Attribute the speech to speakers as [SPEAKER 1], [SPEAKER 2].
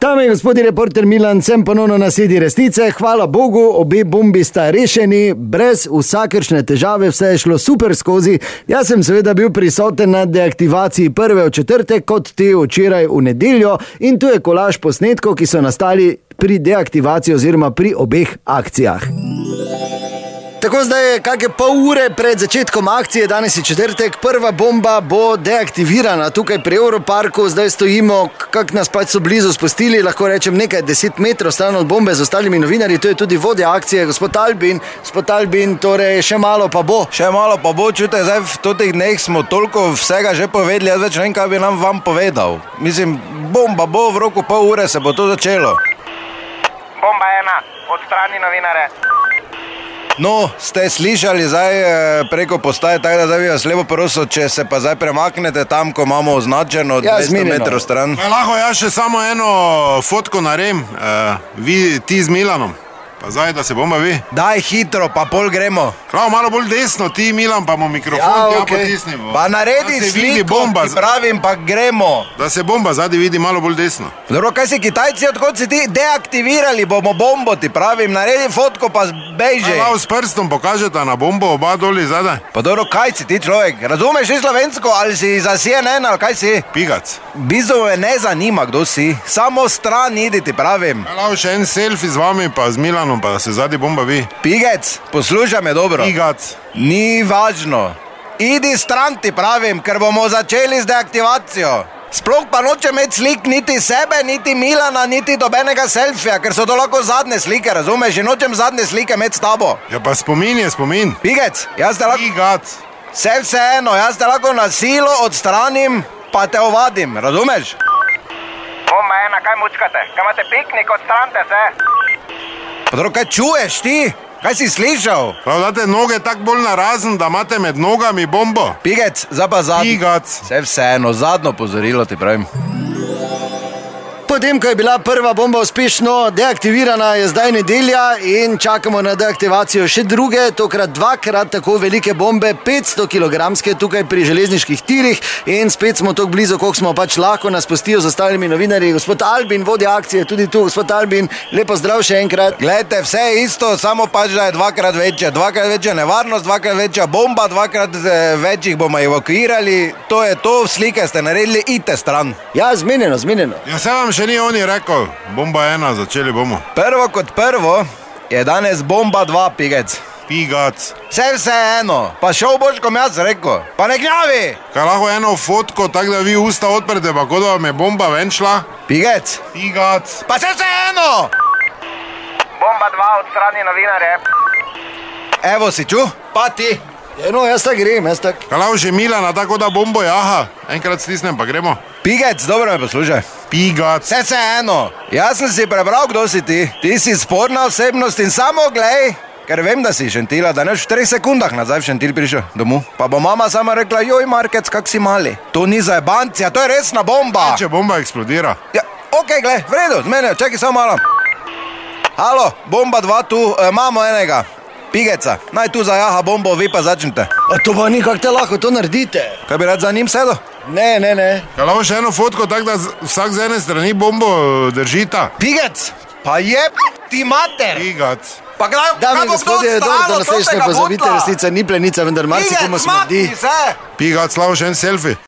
[SPEAKER 1] Dame in gospodje, reporter Milan, sem ponovno na sedi resnice. Hvala Bogu, obe bombi sta rešeni, brez vsakršne težave, vse je šlo super skozi. Jaz sem seveda bil prisoten na deaktivaciji prve v četrtek, kot te včeraj v nedeljo, in tu je kolaž posnetkov, ki so nastali pri deaktivaciji oziroma pri obeh akcijah. Tako zdaj je kakšne pol ure pred začetkom akcije, danes je četrtek, prva bomba bo deaktivirana tukaj pri Evroparku, zdaj stojimo, kak nas pač so blizu spustili, lahko rečem nekaj deset metrov stran od bombe z ostalimi novinarji, to je tudi vodja akcije, gospod Albin, gospod Albin, torej še malo pa bo.
[SPEAKER 2] Še malo pa bo, čute, zdaj v teh dneh smo toliko vsega že povedali, jaz več ne vem, kaj bi nam vam povedal. Mislim, bomba bo, v roku pol ure se bo to začelo.
[SPEAKER 3] Bomba ena, odstrani novinare.
[SPEAKER 2] No, ste slišali zdaj eh, preko postaje, tako da zdaj bi vas lepo prosil, če se pa zdaj premaknete tam, ko imamo označeno
[SPEAKER 1] Ja,
[SPEAKER 2] 200
[SPEAKER 1] zmerjeno.
[SPEAKER 2] metrov stran.
[SPEAKER 4] Ja, lahko jaz še samo eno fotko naredim, uh, vi ti z Milanom, pa zdaj da se bomo vi.
[SPEAKER 2] Daj hitro, pa pol gremo.
[SPEAKER 4] Prav malo bolj desno, ti Milan, pa bomo mikrofon
[SPEAKER 1] Ja, okej.
[SPEAKER 4] ja, okay. potisnili.
[SPEAKER 2] Pa naredi
[SPEAKER 4] da se vidi
[SPEAKER 2] sliko,
[SPEAKER 4] bomba,
[SPEAKER 2] ti pravim, pa gremo.
[SPEAKER 4] da se bomba zadnji vidi malo bolj desno.
[SPEAKER 2] Dobro, kaj si Kitajci, odkot si ti deaktivirali, bomo bombo, ti pravim, naredi fotko, pa beži.
[SPEAKER 4] Malo s prstom pokažete na bombo, oba doli zadaj,
[SPEAKER 2] Pa dobro, kaj si ti človek? Razumeš ti slovensko ali si za CNN ali kaj si?
[SPEAKER 4] pigac.
[SPEAKER 2] Bizovo je ne zanima, kdo si. Samo stran idi, ti pravim.
[SPEAKER 4] Ja, lahko še en selfie z vami, pa z Milanom, pa da se zadnji bomba vi.
[SPEAKER 2] Pigec, poslušaj me dobro.
[SPEAKER 4] Pigac.
[SPEAKER 2] Ni važno. Idi stran ti pravim, ker bomo začeli z deaktivacijo. Sploh pa noče imeti slik niti sebe, niti Milana, niti dobenega selfija, ker so to lahko zadnje slike, razumeš? In nočem zadnje slike imeti s tabo.
[SPEAKER 4] Ja, pa spomin je spomin.
[SPEAKER 2] Pigec, jaz te lahko,
[SPEAKER 4] Pigac.
[SPEAKER 2] vse vseeno, jaz te lahko na silo odstranim, pa te ovadim, razumeš?
[SPEAKER 3] Bomba ena, kaj mučkate? Kaj imate piknik, odstranite se.
[SPEAKER 2] Pa dobro, kaj čuješ ti? Kaj si slišal?
[SPEAKER 4] Prav, date noge tako bolj narazen, da imate med nogami bombo.
[SPEAKER 2] Pigec, zdaj pa zadnji.
[SPEAKER 4] Pigac.
[SPEAKER 2] Vse vseeno, zadnjo pozorilo ti pravim.
[SPEAKER 1] Potem, ko je bila prva bomba uspešno deaktivirana, je zdaj nedelja in čakamo na deaktivacijo še druge, tokrat dvakrat tako velike bombe, 500 kg, tukaj pri železniških tirih. In spet smo tako blizu, koliko smo pač lahko, nas pustijo z ostalimi novinarji. Gospod Albin, vodja akcije, je tudi tu, gospod Albin, lepo zdrav še enkrat.
[SPEAKER 2] Glejte, vse je isto, samo pač da je dvakrat večja, dvakrat večja nevarnost, dvakrat večja bomba, dvakrat eh, več jih bomo evakuirali. To je to, slike ste naredili, idite stran.
[SPEAKER 1] Ja, zmenjeno, zmenjeno.
[SPEAKER 4] Ja, se vam še ni oni rekel, bomba ena, začeli bomo.
[SPEAKER 2] Prvo kot prvo je danes bomba dva pigec.
[SPEAKER 4] Pigac.
[SPEAKER 2] Vse vseeno, pa šel boš kom jaz rekel, pa ne gnjavi.
[SPEAKER 4] Kaj lahko eno fotko, tako da vi usta odprete, pa kot da vam je bomba ven šla?
[SPEAKER 2] Pigec,
[SPEAKER 4] Pigac.
[SPEAKER 2] pa vse vseeno.
[SPEAKER 3] Bomba dva, odstrani novinare.
[SPEAKER 2] Evo si ču, pa ti.
[SPEAKER 1] Ja, No, jaz tako grem, jaz tako.
[SPEAKER 4] Kaj lahko že Milana, tako da bombo jaha? Enkrat stisnem, pa gremo.
[SPEAKER 2] Pigec, dobro me poslušaj.
[SPEAKER 4] Pigac.
[SPEAKER 2] Vse vseeno, jaz sem si prebral, kdo si ti. Ti si sporna osebnost in samo glej, ker vem, da si iz šentila, da ne v 4 sekundah nazaj v šentil prišel domov. Pa bo mama sama rekla, joj, Markec, kak si mali. To ni za bancija, to je resna bomba.
[SPEAKER 4] Če bomba eksplodira.
[SPEAKER 2] Ja, ok, glej, v redu, zmeni, čakaj samo malo. Halo, bomba dva tu, eh, imamo enega. Pigeca, naj tu zajaha bombo, vi pa začnite.
[SPEAKER 1] A to pa nikak te lahko to naredite.
[SPEAKER 2] Kaj bi rad za njim sedel?
[SPEAKER 1] Ne, ne, ne.
[SPEAKER 4] Kaj lahko še eno fotko, tako da z- vsak z ene strani bombo eh, držita?
[SPEAKER 2] Pigec, pa je ti mater.
[SPEAKER 4] Pigac.
[SPEAKER 2] Pa kdaj,
[SPEAKER 1] Dame
[SPEAKER 2] kaj
[SPEAKER 1] in
[SPEAKER 2] bo kdo
[SPEAKER 1] gospodje, dobro,
[SPEAKER 2] odstranil
[SPEAKER 1] da nas več ne
[SPEAKER 2] totega
[SPEAKER 1] pozabite,
[SPEAKER 2] butla?
[SPEAKER 1] resnica ni plenica, vendar marsikomu smrdi.
[SPEAKER 2] se!
[SPEAKER 4] Pigac, lahko še en selfie.